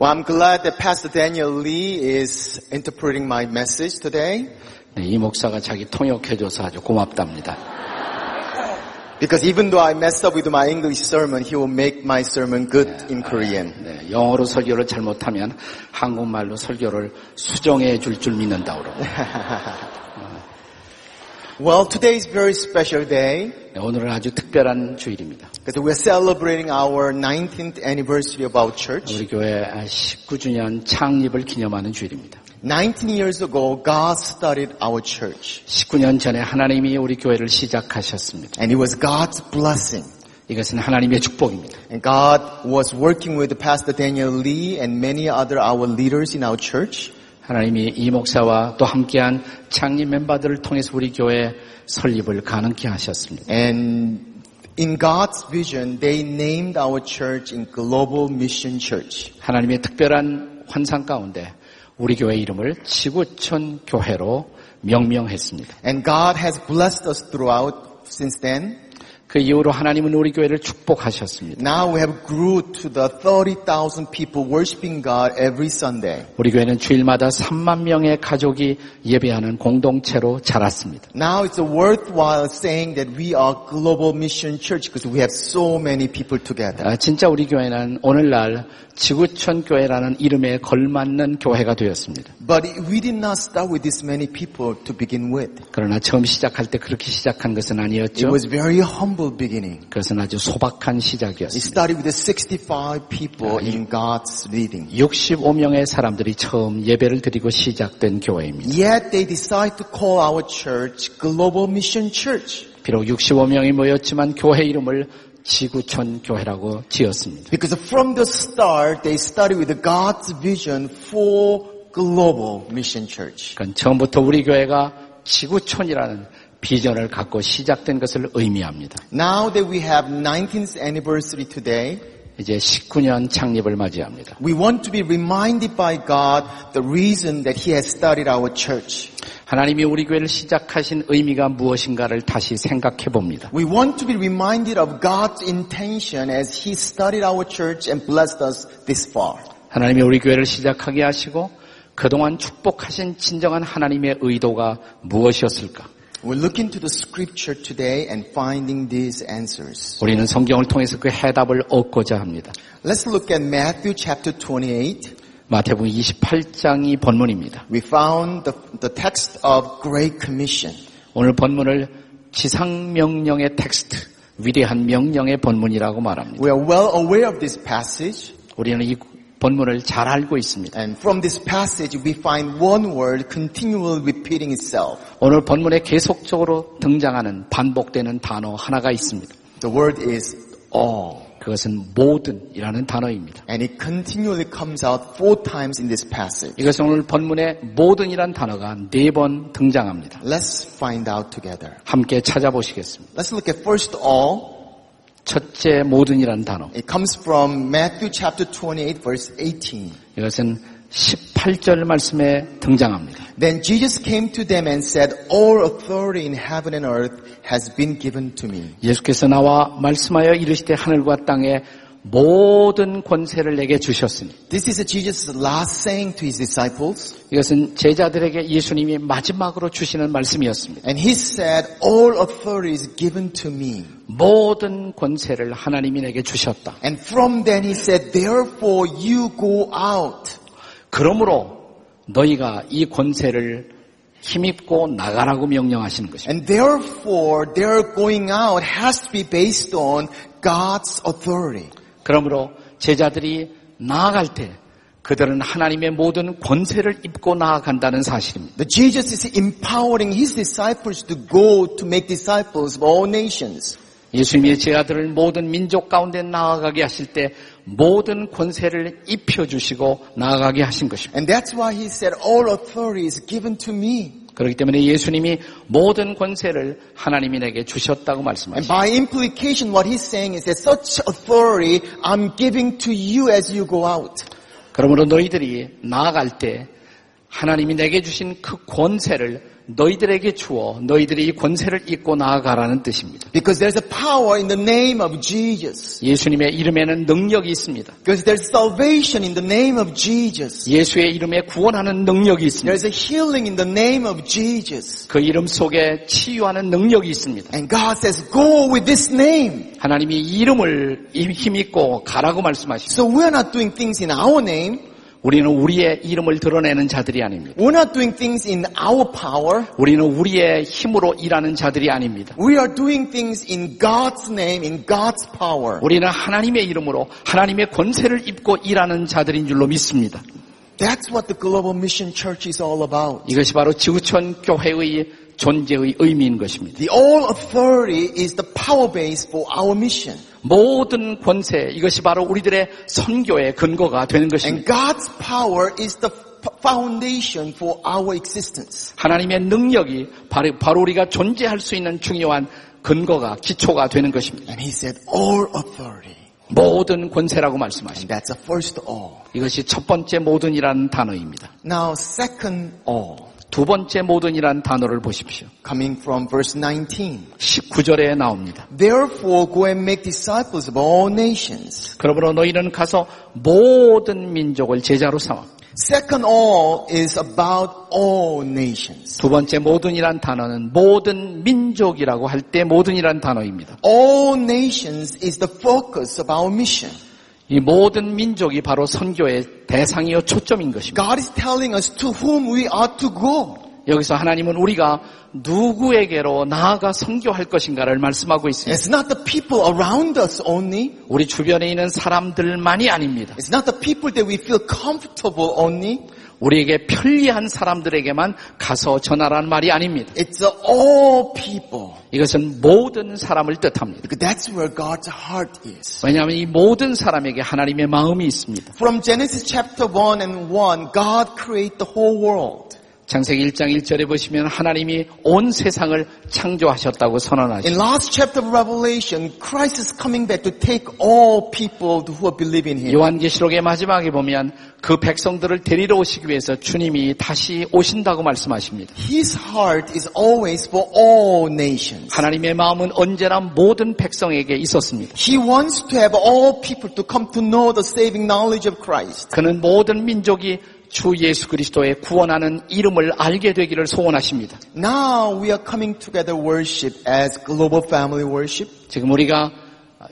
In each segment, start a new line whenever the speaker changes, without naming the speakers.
Well, I'm glad that Pastor Daniel Lee is interpreting my message today
네, 이 목사가 자기 통역해줘서 아주 고맙답니다.
because even though I messed up with my English sermon, he will make my sermon good in Korean.
네, 영어로 설교를 잘못하면 한국말로 설교를 수정해 줄 줄 믿는다 그러고.
Well, today is very special day
네, 오늘은 아주 특별한 주일입니다.
because we're celebrating our 19th anniversary of our church.
우리 교회 19주년 창립을 기념하는 주일입니다.
19 years ago, God started our church
19년 전에 하나님이 우리 교회를 시작하셨습니다.
and it was God's blessing.
이것은 하나님의 축복입니다.
And God was working with Pastor Daniel Lee and many other our leaders in our church
하나님이 이 목사와 또 함께한 창립 멤버들을 통해서 우리 교회 설립을 가능케 하셨습니다.
And in God's vision, they named our church in Global Mission Church.
하나님의 특별한 환상 가운데 우리 교회 이름을 지구촌 교회로 명명했습니다.
And God has blessed us throughout since then.
그 이후로 하나님은 우리 교회를 축복하셨습니다.
Now we have grew to the 30,000 people worshiping God every Sunday.
우리 교회는 주일마다 3만 명의 가족이 예배하는 공동체로 자랐습니다.
Now it's worthwhile saying that we are Global Mission Church because we have so many people together.
아, 진짜 우리 교회는 오늘날 지구촌 교회라는 이름에 걸맞는 교회가 되었습니다.
But we did not start with this many people to begin with.
그러나 처음 시작할 때 그렇게 시작한 것은
It
아니었죠.
was very humble beginning.
그것은 아주 소박한
It
시작이었습니다.
started with 65 people in God's leading.
65명의 사람들이 처음 예배를 드리고 시작된 교회입니다.
Yet they decide to call our church Global Mission Church
비록 65명이 모였지만 교회 이름을 지구촌 교회라고 지었습니다.
because from the start they started with God's vision for Global Mission Church.
그러니까 처음부터 우리 교회가 지구촌이라는 비전을 갖고 시작된 것을 의미합니다.
Now that we have 19th anniversary today,
이제 19년 창립을 맞이합니다.
we want to be reminded by God the reason that He has started our church.
하나님이 우리 교회를 시작하신 의미가 무엇인가를 다시 생각해 봅니다.
We want to be reminded of God's intention as He started our church and blessed us this far.
하나님이 우리 교회를 시작하게 하시고 그동안 축복하신 진정한 하나님의 의도가 무엇이었을까?
We're looking to the scripture today and finding these answers.
우리는 성경을 통해서 그 해답을 얻고자 합니다.
Let's look at Matthew chapter 28.
마태복음 28장이 본문입니다.
We found the, the text of Great Commission.
오늘 본문을 지상명령의 텍스트, 위대한 명령의 본문이라고 말합니다.
We are well aware of this passage,
우리는 이 본문을 잘 알고 있습니다.
and from this passage we find one word continually repeating itself.
오늘 본문에 계속적으로 등장하는 반복되는 단어 하나가 있습니다.
The word is all,
그것은 모든이라는 단어입니다.
and it continually comes out four times in this passage.
이것은 오늘 본문에 모든이란 단어가 네 번 등장합니다.
Let's find out together.
함께 찾아보시겠습니다.
Let's look at first all.
첫째 모든이란 단어.
It comes from Matthew chapter 28 verse 18.
이것은 18절 말씀에 등장합니다.
Then Jesus came to them and said, All authority in heaven and earth has been given to me.
예수께서 나와 말씀하여 이르시되 하늘과 땅의 모든 권세를 내게 주셨으니
This is Jesus' last saying to his disciples.
이것은 제자들에게 예수님이 마지막으로 주시는 말씀이었습니다.
And he said, all authority is given to me.
모든 권세를 하나님이 내게 주셨다.
And from then he said, therefore you go out.
그러므로 너희가 이 권세를 힘입고 나가라고 명령하시는 것입니다.
And therefore their going out has to be based on God's authority.
그러므로 제자들이 나아갈 때 그들은 하나님의 모든 권세를 입고 나아간다는 사실입니다.
That Jesus is empowering his disciples to go to make disciples of all nations.
예수님이 제자들을 모든 민족 가운데 나아가게 하실 때 모든 권세를 입혀주시고 나아가게 하신 것입니다.
And that's why he said, all authority is given to me.
그렇기 때문에 예수님이 모든 권세를 하나님이 내게 주셨다고
And
말씀하십니다.
by implication, what he's saying is that such authority I'm giving to you as you go out.
그러므로 너희들이 나아갈 때 하나님이 내게 주신 그 권세를 너희들에게 주어 너희들이 이 권세를 입고 나아가라는 뜻입니다.
Because there's a power in the name of Jesus.
예수님의 이름에는 능력이 있습니다.
Because there's salvation in the name of Jesus.
예수의 이름에 구원하는 능력이 있습니다.
There's a healing in the name of Jesus.
그 이름 속에 치유하는 능력이 있습니다.
And God says, go with this name.
하나님이 이 이름을 힘입고 가라고 말씀하십니다.
So we're not doing things in our name.
우리는 우리의 이름을 드러내는 자들이 아닙니다.
We're not doing things in our power.
우리는 우리의 힘으로 일하는 자들이 아닙니다.
We are doing things in God's name, in God's power.
우리는 하나님의 이름으로 하나님의 권세를 입고 일하는 자들인 줄로 믿습니다.
That's what the Global Mission Church is all about.
이것이 바로 지구촌 교회의 존재의 의미인 것입니다.
The all authority is the power base for our mission.
모든 권세 이것이 바로 우리들의 선교의 근거가 되는 것입니다.
And God's power is the f- foundation for our existence.
하나님의 능력이 바로, 바로 우리가 존재할 수 있는 중요한 근거가 기초가 되는 것입니다.
And he said, all authority.
모든 권세라고 말씀하십니다.
And that's the first all.
이것이 첫 번째 모든이라는 단어입니다.
Now, second all,
두 번째 모든이라는 단어를 보십시오.
coming from verse 19.
19절에 나옵니다.
Therefore, go and make disciples of all nations.
그러므로 너희는 가서 모든 민족을 제자로 삼아.
Second all is about all nations.
두 번째 모든이란 단어는 모든 민족이라고 할 때 모든이란 단어입니다.
All nations is the focus of our mission.
이 모든 민족이 바로 선교의 대상이요 초점인 것입니다.
God is telling us to whom we are to go.
여기서 하나님은 우리가 누구에게로 나아가 선교할 것인가를 말씀하고 있습니다.
It's not the people around us only.
우리 주변에 있는 사람들만이 아닙니다.
It's not the people that we feel comfortable only.
우리에게 편리한 사람들에게만 가서 전하라는 말이 아닙니다.
It's the all people.
이것은 모든 사람을 뜻합니다.
Because that's where God's heart is.
왜냐하면 이 모든 사람에게 하나님의 마음이 있습니다.
From Genesis chapter 1 and 1, God created the whole world.
창세기 1장 1절에 보시면 하나님이 온 세상을 창조하셨다고
In
선언하십니다.
last chapter of Revelation, Christ is coming back to take all people who are believing Him.
요한계시록의 마지막에 보면 그 백성들을 데리러 오시기 위해서 주님이 다시 오신다고 말씀하십니다.
His heart is always for all nations.
하나님의 마음은 언제나 모든 백성에게 있었습니다.
He wants to have all people to come to know the saving knowledge of Christ.
그는 모든 민족이 주 예수 그리스도의 구원하는 이름을 알게 되기를 소원하십니다.
Now we are coming together worship as global family worship.
지금 우리가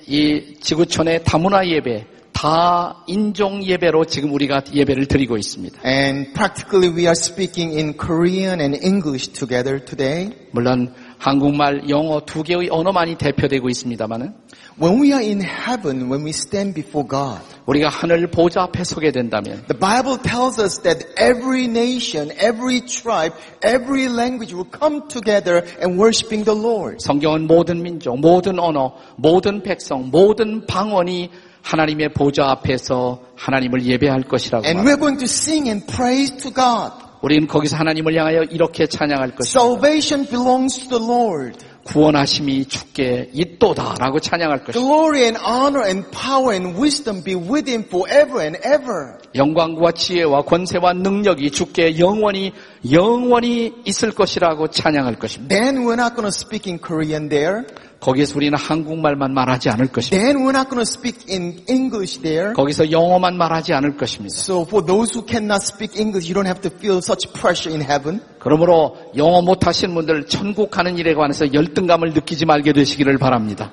이 지구촌의 다문화 예배, 다 인종 예배로 지금 우리가 예배를 드리고 있습니다.
And practically we are speaking in Korean and English together today.
물론 한국말, 영어 두 개의 언어만이 대표되고 있습니다만은
When we are in heaven, when we stand before God,
우리가 하늘 보좌 앞에 서게 된다면
The Bible tells us that every nation, every tribe, every language will come together and worshiping the Lord.
성경은 모든 민족, 모든 언어, 모든 백성, 모든 방언이 하나님의 보좌 앞에서 하나님을 예배할 것이라고
And
말합니다.
we're going to sing and praise to God.
우리는 거기서 하나님을 향하여 이렇게 찬양할 것이다.
Salvation belongs to the Lord.
구원하심이 주께 있도다라고 찬양할 것이다.
Glory and honor and power and wisdom be with him forever and ever.
영광과 지혜와 권세와 능력이 주께 영원히 영원히 있을 것이라고 찬양할 것입니다.
Then we're not going to speak in Korean there.
거기에서 우리는 한국말만 말하지 않을 것입니다.
Then we're not going to speak in English there.
거기서 영어만 말하지 않을 것입니다.
So for those who cannot speak English, you don't have to feel such pressure in heaven.
그러므로 영어 못하신 분들 천국 가는 일에 관해서 열등감을 느끼지 말게 되시기를 바랍니다.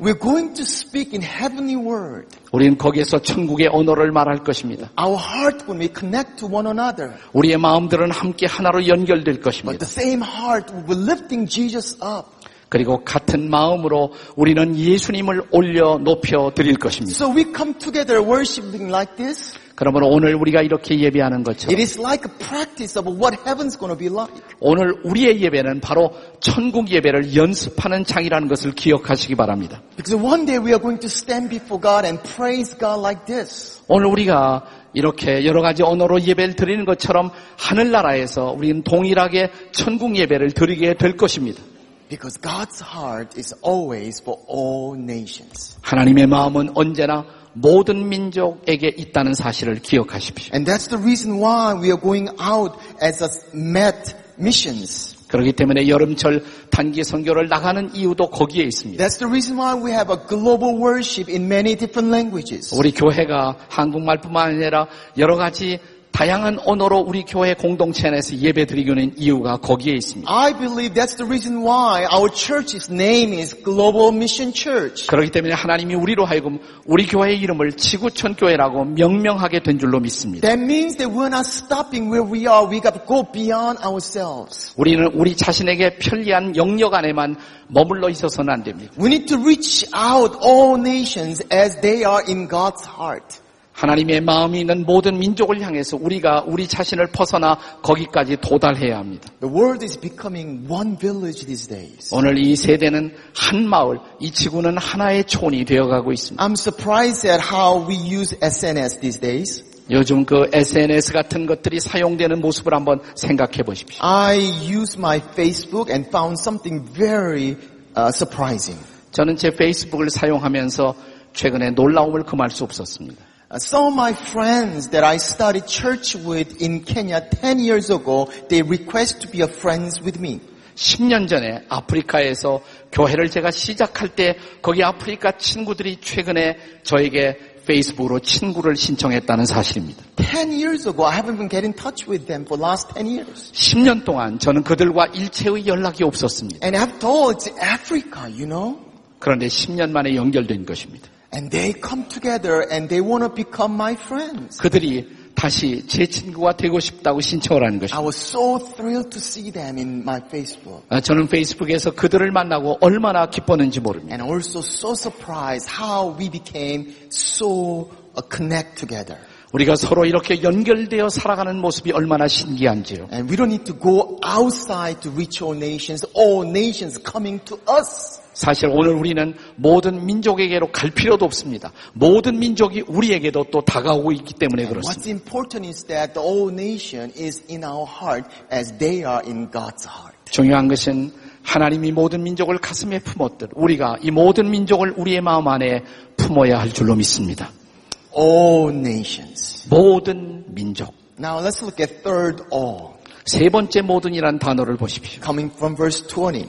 We're going to speak in heavenly word.
우리는 거기에서 천국의 언어를 말할 것입니다.
Our heart when we connect to one another,
우리의 마음들은 함께 하나로 연결될
but
것입니다.
the same heart will be lifting Jesus up.
그리고 같은 마음으로 우리는 예수님을 올려 높여 드릴 것입니다.
So we come together worshiping like this.
그러므로 오늘 우리가 이렇게 예배하는 것처럼
It is like a practice of what heaven's going to be like.
오늘 우리의 예배는 바로 천국 예배를 연습하는 장이라는 것을 기억하시기 바랍니다.
Because one day we are going to stand before God and praise God like this.
오늘 우리가 이렇게 여러 가지 언어로 예배를 드리는 것처럼 하늘나라에서 우리는 동일하게 천국 예배를 드리게 될 것입니다.
Because God's heart is always for all nations.
하나님의 마음은 언제나 모든 민족에게 있다는 사실을 기억하십시오.
And that's the reason why we are going out as a met missions.
그렇기 때문에 여름철 단기 선교를 나가는 이유도 거기에 있습니다.
That's the reason why we have a global worship in many different languages.
우리 교회가 한국말뿐만 아니라 여러 가지 다양한 언어로 우리 교회 공동체 안에서 예배드리는 이유가 거기에 있습니다.
I believe that's the reason why our church's name is Global Mission Church.
그렇기 때문에 하나님이 우리로 하여금 우리 교회의 이름을 지구촌 교회라고 명명하게 된 줄로 믿습니다.
That means that we're not stopping where we are. We got to go beyond ourselves.
우리는 우리 자신에게 편리한 영역 안에만 머물러 있어서는 안 됩니다.
We need to reach out all nations as they are in God's heart.
하나님의 마음이 있는 모든 민족을 향해서 우리가 우리 자신을 벗어나 거기까지 도달해야 합니다.
The world is becoming one village these days.
오늘 이 세대는 한 마을, 이 지구는 하나의 촌이 되어가고 있습니다.
I'm surprised at how we use SNS these days.
요즘 그 SNS 같은 것들이 사용되는 모습을 한번 생각해 보십시오.
I used my Facebook and found something very uh, surprising.
저는 제 페이스북을 사용하면서 최근에 놀라움을 금할 수 없었습니다.
Uh, Some of my friends that I started church with in Kenya 10 years ago, they request to be a friends with me.
10년 전에 아프리카에서 교회를 제가 시작할 때 거기 아프리카 친구들이 최근에 저에게 페이스북으로 친구를 신청했다는 사실입니다.
10 years ago, I haven't been getting in touch with them for last 10 years.
10년 동안 저는 그들과 일체의 연락이 없었습니다.
And after all, it's Africa, you know?
그런데 10년 만에 연결된 것입니다.
And they come together and they want to become my friends.
그들이 다시 제 친구가 되고 싶다고 신청을 하는 것입니다.
I was so thrilled to see them in my Facebook.
아, 저는 페이스북에서 그들을 만나고 얼마나 기뻤는지 모릅니다.
And also so surprised how we became so uh, connect together.
우리가 서로 이렇게 연결되어 살아가는 모습이 얼마나 신기한지요.
And we don't need to go outside to reach all nations. All nations coming to us.
사실 오늘 우리는 모든 민족에게로 갈 필요도 없습니다. 모든 민족이 우리에게도 또 다가오고 있기 때문에 그렇습니다.
What's important is that the all nation is in our heart as they are in God's heart.
중요한 것은 하나님이 모든 민족을 가슴에 품었듯 우리가 이 모든 민족을 우리의 마음 안에 품어야 할 줄로 믿습니다.
All nations.
모든 민족.
Now let's look at third all.
세 번째 모든이란 단어를 보십시오.
Coming from verse 20.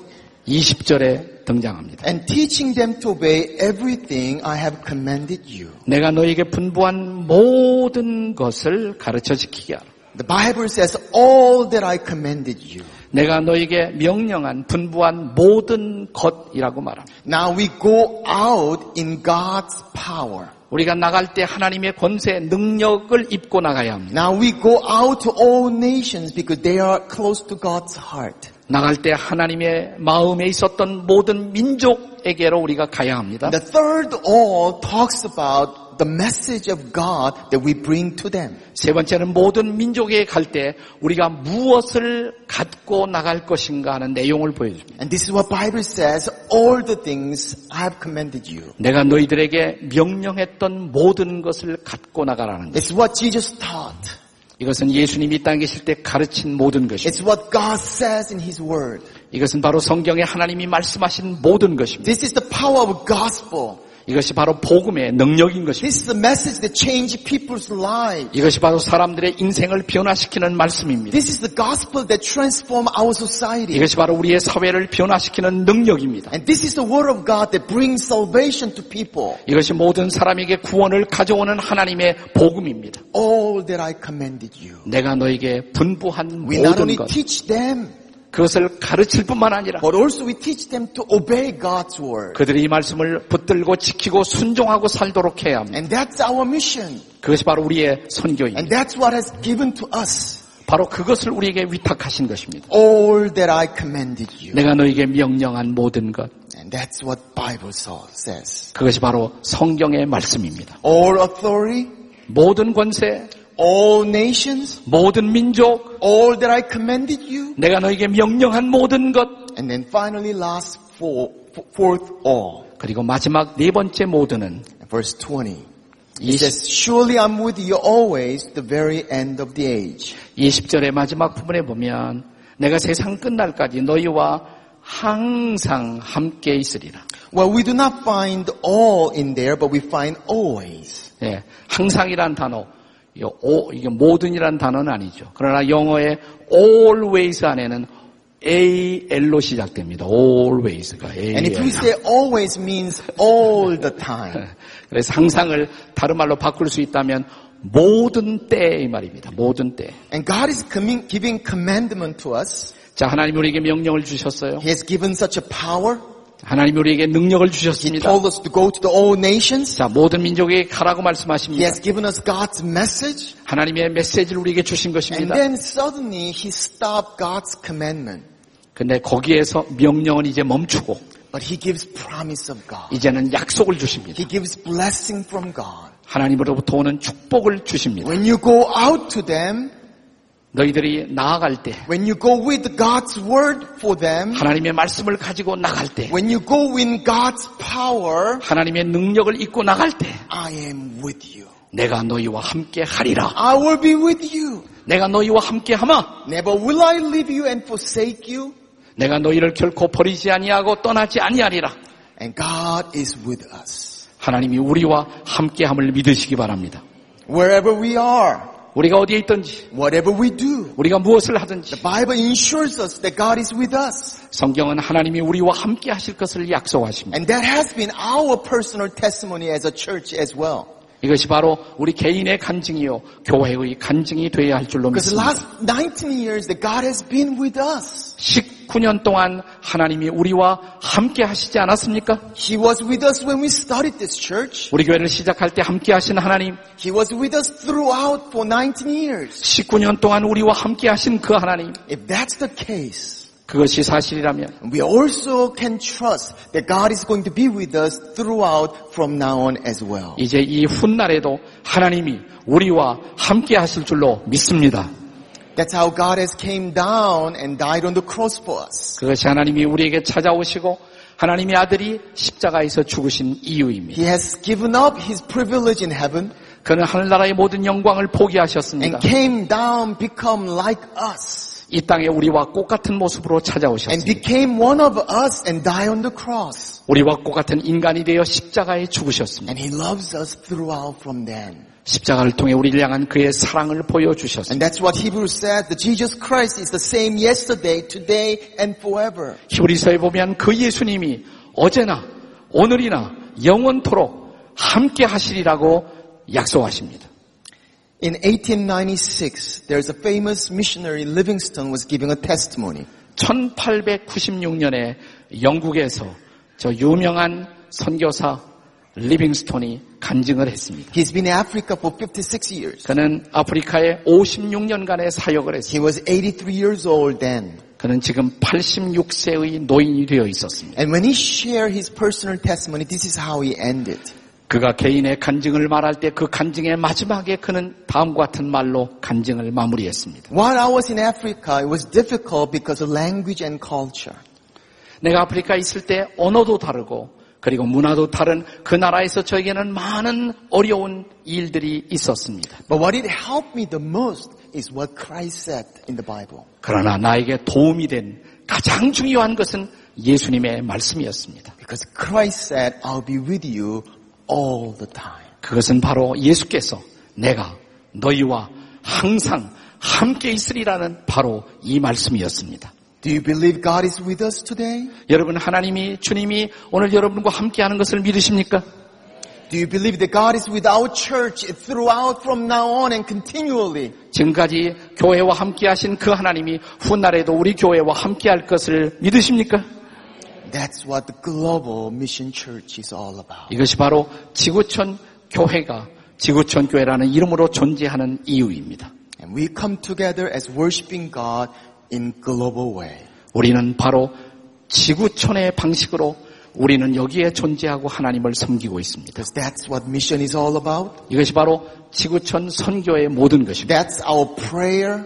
20절에 등장합니다.
And teaching them to obey everything I have commanded you.
내가 너에게 분부한 모든 것을 가르쳐 지키게 하라.
The Bible says all that I commanded you.
내가 너에게 명령한 분부한 모든 것이라고 말합니다.
Now we go out in God's power.
우리가 나갈 때 하나님의 권세, 능력을 입고 나가야 합니다.
Now we go out to all nations because they are close to God's heart.
나갈 때 하나님의 마음에 있었던 모든 민족에게로 우리가 가야 합니다.
And the third all talks about the message of God that we bring to them.
세 번째는 모든 민족에 갈 때 우리가 무엇을 갖고 나갈 것인가 하는 내용을 보여줍니다.
And this is what Bible says, all the things I have commanded you.
내가 너희들에게 명령했던 모든 것을 갖고 나가라는 것.
It's what Jesus taught.
이것은 예수님이 이 땅에 계실 때 가르친 모든 것입니다.
It's what God says in His Word.
이것은 바로 성경에 하나님이 말씀하신 모든 것입니다.
This is the power of gospel.
이것이 바로 복음의 능력인 것입니다.
This is the message that changes people's lives.
이것이 바로 사람들의 인생을 변화시키는 말씀입니다.
This is the gospel that transforms our society.
이것이 바로 우리의 사회를 변화시키는 능력입니다.
And this is the Word of God that brings salvation to people.
이것이 모든 사람에게 구원을 가져오는 하나님의 복음입니다.
all that I commanded you.
내가 너에게 분부한
We not
모든
only
것,
teach them,
그것을 가르칠 뿐만 아니라
but also we teach them to obey God's word.
그들이 이 말씀을 붙들고 지키고 순종하고 살도록 해야 합니다.
And that's our mission.
그것이 바로 우리의 선교입니다.
And that's what has given to us
바로 그것을 우리에게 위탁하신 것입니다.
all that I commanded you.
내가 너에게 명령한 모든 것,
And that's what Bible saw- says.
그것이 바로 성경의 말씀입니다.
All authority,
모든 권세,
all nations,
모든 민족,
all that I commanded you.
내가 너에게 명령한 모든 것,
And then finally last four, fourth all.
그리고 마지막 네 번째 모든은
Verse 20. It
20,
says, surely I'm with you always to the very end of the age.
20절의 마지막 부분에 보면 내가 세상 끝날까지 너희와 항상 함께 있으리라.
Well, we do not find all in there, but we find always.
예, 항상이란 단어, 이 오- 이게 모든이란 단어는 아니죠. 그러나 영어의 always 안에는 al로 시작됩니다. always가
And if we
al.
say always means all the time.
그래서 항상을 다른 말로 바꿀 수 있다면 모든 때 이 말입니다. 모든 때.
And God is coming, giving commandment to us.
자, 하나님 우리에게 명령을 주셨어요.
He has given such a power.
하나님 우리에게 능력을
He
주셨습니다.
told us to go to the all nations.
자, 모든 민족에게 가라고
He
말씀하십니다.
has given us God's message.
하나님의 메시지를 우리에게 주신
And
것입니다.
then suddenly he stopped God's commandment.
근데 거기에서 명령은 이제 멈추고
But he gives promise of God.
이제는 약속을 주십니다.
He gives blessing from God.
하나님으로부터 오는 축복을 주십니다.
When you go out to them,
너희들이 나아갈 때
when you go with God's word for them,
하나님의 말씀을 가지고 나갈 때
when you go in God's power,
하나님의 능력을 입고 나갈 때
I am with you.
내가 너희와 함께 하리라.
I will be with you.
내가 너희와 함께 하마.
Never will I leave you and forsake you.
내가 너희를 결코 버리지 아니하고 떠나지 아니하리라.
And God is with us.
하나님이 우리와 함께함을 믿으시기 바랍니다.
Wherever we are,
우리가 어디에 있든지
whatever we do,
우리가 무엇을 하든지
Bible ensures us that God is with us.
성경은 하나님이 우리와 함께 하실 것을 약속하십니다.
And that has been our personal testimony as a church as well.
이것이 바로 우리 개인의 간증이요 교회의 간증이 되어야 할 줄로
Because the
믿습니다.
last 19 years that God has been with us.
19년 동안 하나님이 우리와 함께 하시지 않았습니까?
He was with us when we started this church.
우리 교회를 시작할 때 함께 하신 하나님,
He was with us throughout for 19 years.
19년 동안 우리와 함께 하신 그 하나님,
If that's the case,
그것이 사실이라면
we also can trust that God is going to be with us throughout from now on as well.
이제 이 훗날에도 하나님이 우리와 함께 하실 줄로 믿습니다.
That's how God has came down and died on the cross for us.
그것이 하나님이 우리에게 찾아오시고 하나님의 아들이 십자가에서 죽으신 이유입니다.
He has given up his privilege in heaven
그는 하늘나라의 모든 영광을 포기하셨습니다.
and came down, become like us,
이 땅에 우리와 똑같은 모습으로
and
찾아오셨습니다.
became one of us and died on the cross.
우리와 똑같은 인간이 되어 십자가에 죽으셨습니다.
And he loves us throughout from then.
십자가를 통해 우리를 향한 그의 사랑을 보여주셨습니다.
And that's what Hebrews said, that Jesus Christ is the same yesterday, today, and forever.
히브리서에 보면 그 예수님이 어제나 오늘이나 영원토록 함께 하시리라고 약속하십니다.
In 1896, there's a famous missionary Livingston was giving a testimony.
1896년에 영국에서 저 유명한 선교사 리빙스톤이 간증을 했습니다.
He's been in Africa for 56 years.
그는 아프리카에 56년간의 사역을 했습니다.
He was 83 years old then.
그는 지금 86세의 노인이 되어 있었습니다.
And when he shared his personal testimony, this is how he ended.
그가 개인의 간증을 말할 때 그 간증의 마지막에 그는 다음과 같은 말로 간증을 마무리했습니다.
While I was in Africa, it was difficult because of language and culture.
내가 아프리카 있을 때 언어도 다르고 그리고 문화도 다른 그 나라에서 저에게는 많은 어려운 일들이 있었습니다.
But what it helped me the most is what Christ said in the Bible.
그러나 나에게 도움이 된 가장 중요한 것은 예수님의 말씀이었습니다.
Because Christ said, I'll be with you all the time.
그것은 바로 예수께서 내가 너희와 항상 함께 있으리라는 바로 이 말씀이었습니다.
Do you believe God is with us today?
여러분 하나님이 주님이 오늘 여러분과 함께 하는 것을 믿으십니까?
Do you believe that God is with our church throughout from now on and continually?
지금까지 교회와 함께 하신 그 하나님이 훗날에도 우리 교회와 함께 할 것을 믿으십니까?
That's what the global mission church is all about.
이것이 바로 지구촌 교회가 지구촌 교회라는 이름으로 존재하는 이유입니다.
And we come together as worshiping God in global way.
우리는 바로 지구촌의 방식으로 우리는 여기에 존재하고 하나님을 섬기고 있습니다.
Because that's what mission is all about.
이것이 바로 지구촌 선교의 모든 것입니다.
That's our prayer.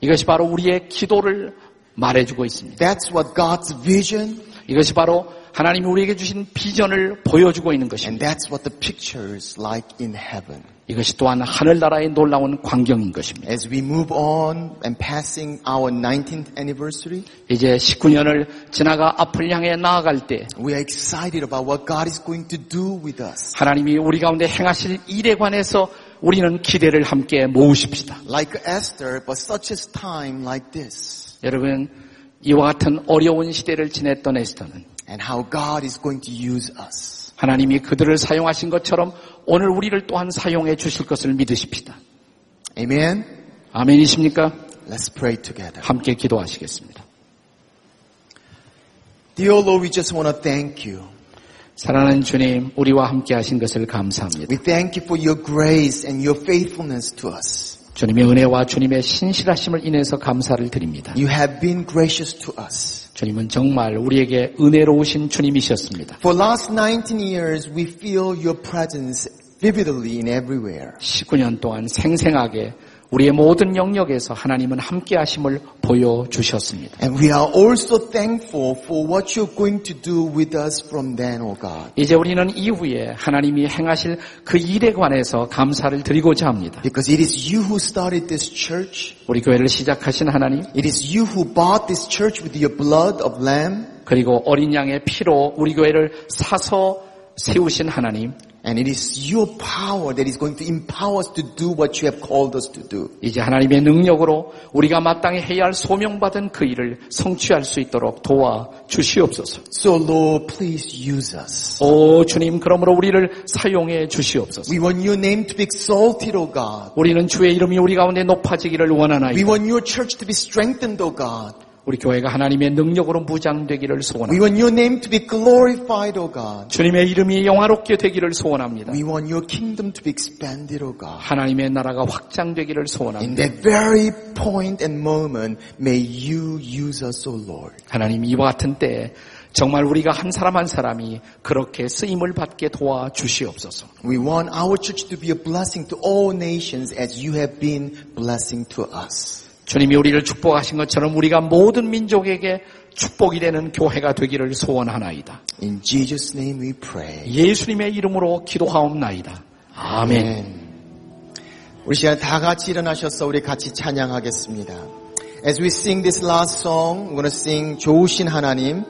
이것이 바로 우리의 기도를 말해주고 있습니다.
That's what God's vision.
이것이 바로 하나님이 우리에게 주신 비전을 보여주고 있는
And
것입니다.
that's what the picture is like in heaven.
이것이 또한 하늘나라의 놀라운 광경인 것입니다.
As we move on and passing our 19th anniversary,
이제 19년을 지나가 앞을 향해 나아갈 때
we are excited about what God is going to do with us.
하나님이 우리 가운데 행하실 일에 관해서 우리는 기대를 함께 모으십시다.
Like Esther, but such a time like this.
여러분, 이와 같은 어려운 시대를 지냈던 에스터는
And how God is going to use us.
하나님이 그들을 사용하신 것처럼 오늘 우리를 또한 사용해 주실 것을 믿으십시다.
Amen?
아멘이십니까?
Let's pray together.
함께 기도하시겠습니다.
Dear Lord, we just want to thank you.
사랑하는 주님, 우리와 함께 하신 것을 감사합니다.
We thank you for your grace and your faithfulness to us.
주님의 은혜와 주님의 신실하심을 인해서 감사를 드립니다.
You have been gracious to us.
주님은 정말 우리에게 은혜로우신 주님이셨습니다.
For last 19 years, we feel your presence vividly in everywhere.
19년 동안 생생하게 우리의 모든 영역에서 하나님은 함께 하심을 보여주셨습니다.
And we are also thankful for what you're going to do with us from then, oh God.
이제 우리는 이후에 하나님이 행하실 그 일에 관해서 감사를 드리고자 합니다.
Because it is you who started this church.
우리 교회를 시작하신 하나님,
It is you who bought this church with your blood of lamb.
그리고 어린 양의 피로 우리 교회를 사서 세우신 하나님,
And it is your power that is going to empower us to do what you have called us to do.
이제 하나님의 능력으로 우리가 마땅히 해야 할 소명받은 그 일을 성취할 수 있도록 도와 주시옵소서.
So Lord, please use us.
오 주님, 그러므로 우리를 사용해 주시옵소서.
We want your name to be exalted, O God.
우리는 주의 이름이 우리 가운데 높아지기를
We
원하나이다.
want your church to be strengthened, O God.
우리 교회가 하나님의 능력으로 무장되기를
We
소원합니다.
want your name to be glorified, O God.
주님의 이름이 영화롭게 되기를 소원합니다.
We want your kingdom to be expanded, O God.
하나님의 나라가 확장되기를
In
소원합니다.
that very point and moment, may you use us, O Lord.
하나님 이와 같은 때에 정말 우리가 한 사람 한 사람이 그렇게 쓰임을 받게 도와 주시옵소서.
We want our church to be a blessing to all nations as you have been blessing to us.
주님이 우리를 축복하신 것처럼 우리가 모든 민족에게 축복이 되는 교회가 되기를 소원하나이다.
In Jesus' name we pray.
예수님의 이름으로 기도하옵나이다. 아멘.
네. 우리 시간 다 같이 일어나셔서 우리 같이 찬양하겠습니다. As we sing this last song, we're gonna sing 좋으신 하나님.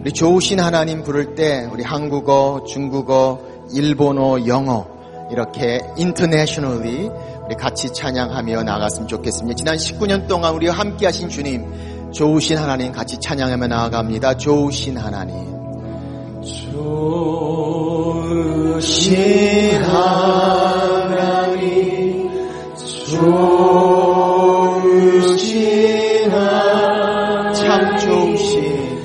우리 좋으신 하나님 부를 때 우리 한국어, 중국어, 일본어, 영어 이렇게 internationally 우리 같이 찬양하며 나갔으면 좋겠습니다. 지난 19년 동안 우리와 함께하신 주님, 좋으신 하나님 같이 찬양하며 나아갑니다. 좋으신 하나님. 좋으신 하나님 좋으신 하나님 참 좋으신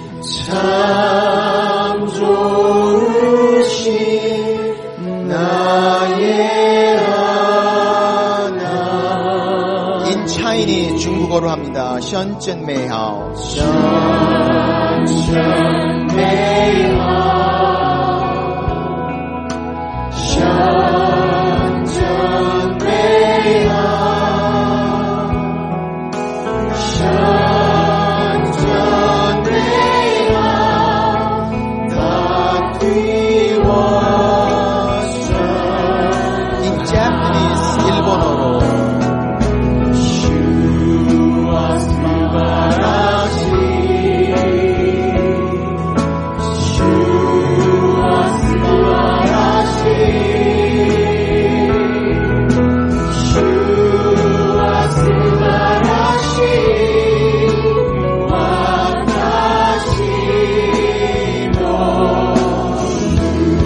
참 좋으신 나의 하나 인차인이 중국어로 합니다. 션쩐 메하오 In Japanese, 일본어로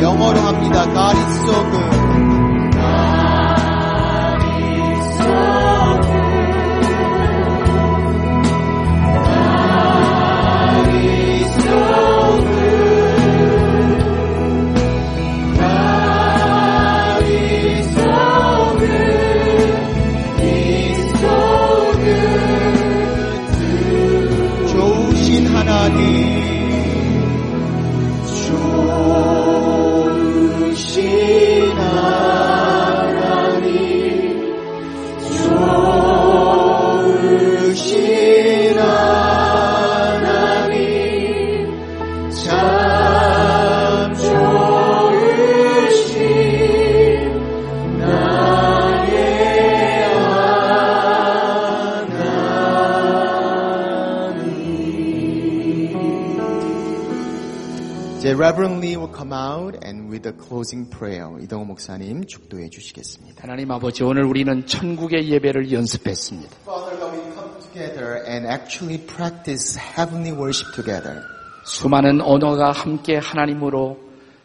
영어로 합니다. God is so good. 좋으신 하나님 좋으신 하나님 좋으신 하나님 참 이제 Reverend Lee will come out and with the closing prayer 이동호 목사님 축도해 주시겠습니다.
하나님 아버지 오늘 우리는 천국의 예배를 연습했습니다.
Father, God, we come together and actually practice heavenly worship together.
수많은 언어가 함께 하나님으로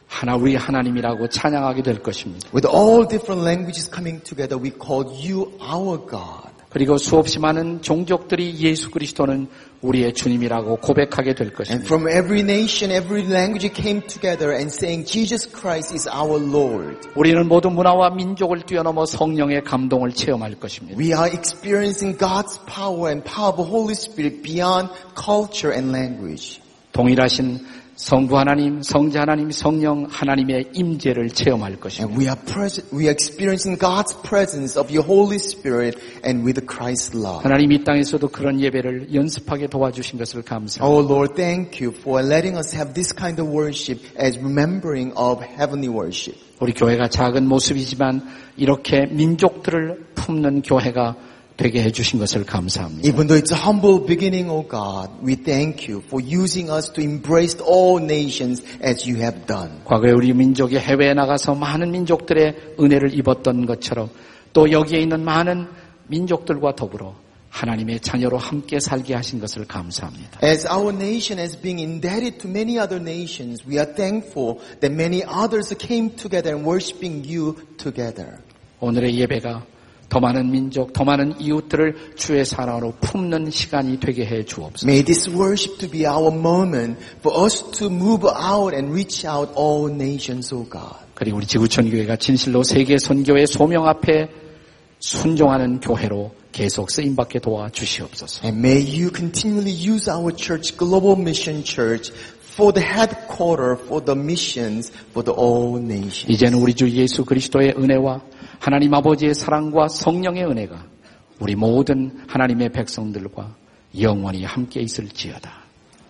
하나 우리 하나님이라고 찬양하게 될 것입니다.
With all different languages coming together, we call you our God.
그리고 수없이 많은 종족들이 예수 그리스도는 우리의 주님이라고 고백하게 될
And
것입니다.
from every nation, every language came together and saying, Jesus Christ is our Lord.
우리는 모두 문화와 민족을 뛰어넘어 성령의 감동을 체험할 것입니다.
We are experiencing God's power and power of the Holy Spirit beyond culture and language.
동일하신 성부 하나님, 성자 하나님, 성령 하나님의 임재를 체험할 것입니다.
And we are present, we are experiencing God's presence of your Holy Spirit and with Christ's love.
하나님 이 땅에서도 그런 예배를 연습하게 도와주신 것을 감사합니다.
Oh Lord, thank you for letting us have this kind of worship as remembering of heavenly worship.
우리 교회가 작은 모습이지만 이렇게 민족들을 품는 교회가 되게 해주신 것을 감사합니다.
Even though it's a humble beginning, oh God, we thank you for using us to embrace all nations as you have done.
과거에 우리 민족이 해외에 나가서 많은 민족들의 은혜를 입었던 것처럼 또 여기에 있는 많은 민족들과 더불어 하나님의 자녀로 함께 살게 하신 것을 감사합니다.
As our nation is being indebted to many other nations, we are thankful that many others came together and worshiping you together.
오늘의 예배가 더 많은 민족, 더 많은 이웃들을 주의 사랑으로 품는 시간이 되게 해 주옵소서.
May this worship to be our moment for us to move out and reach out all nations, O God.
그리고 우리 지구촌 교회가 진실로 세계 선교의 소명 앞에 순종하는 교회로 계속 쓰임 받게 도와 주시옵소서.
And may you continually use our church, Global Mission Church, for the headquarter, for the missions, for the all nations.
이제는 우리 주 예수 그리스도의 은혜와 하나님 아버지의 사랑과 성령의 은혜가 우리 모든 하나님의 백성들과 영원히 함께 있을지어다.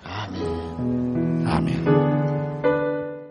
아멘. 아멘.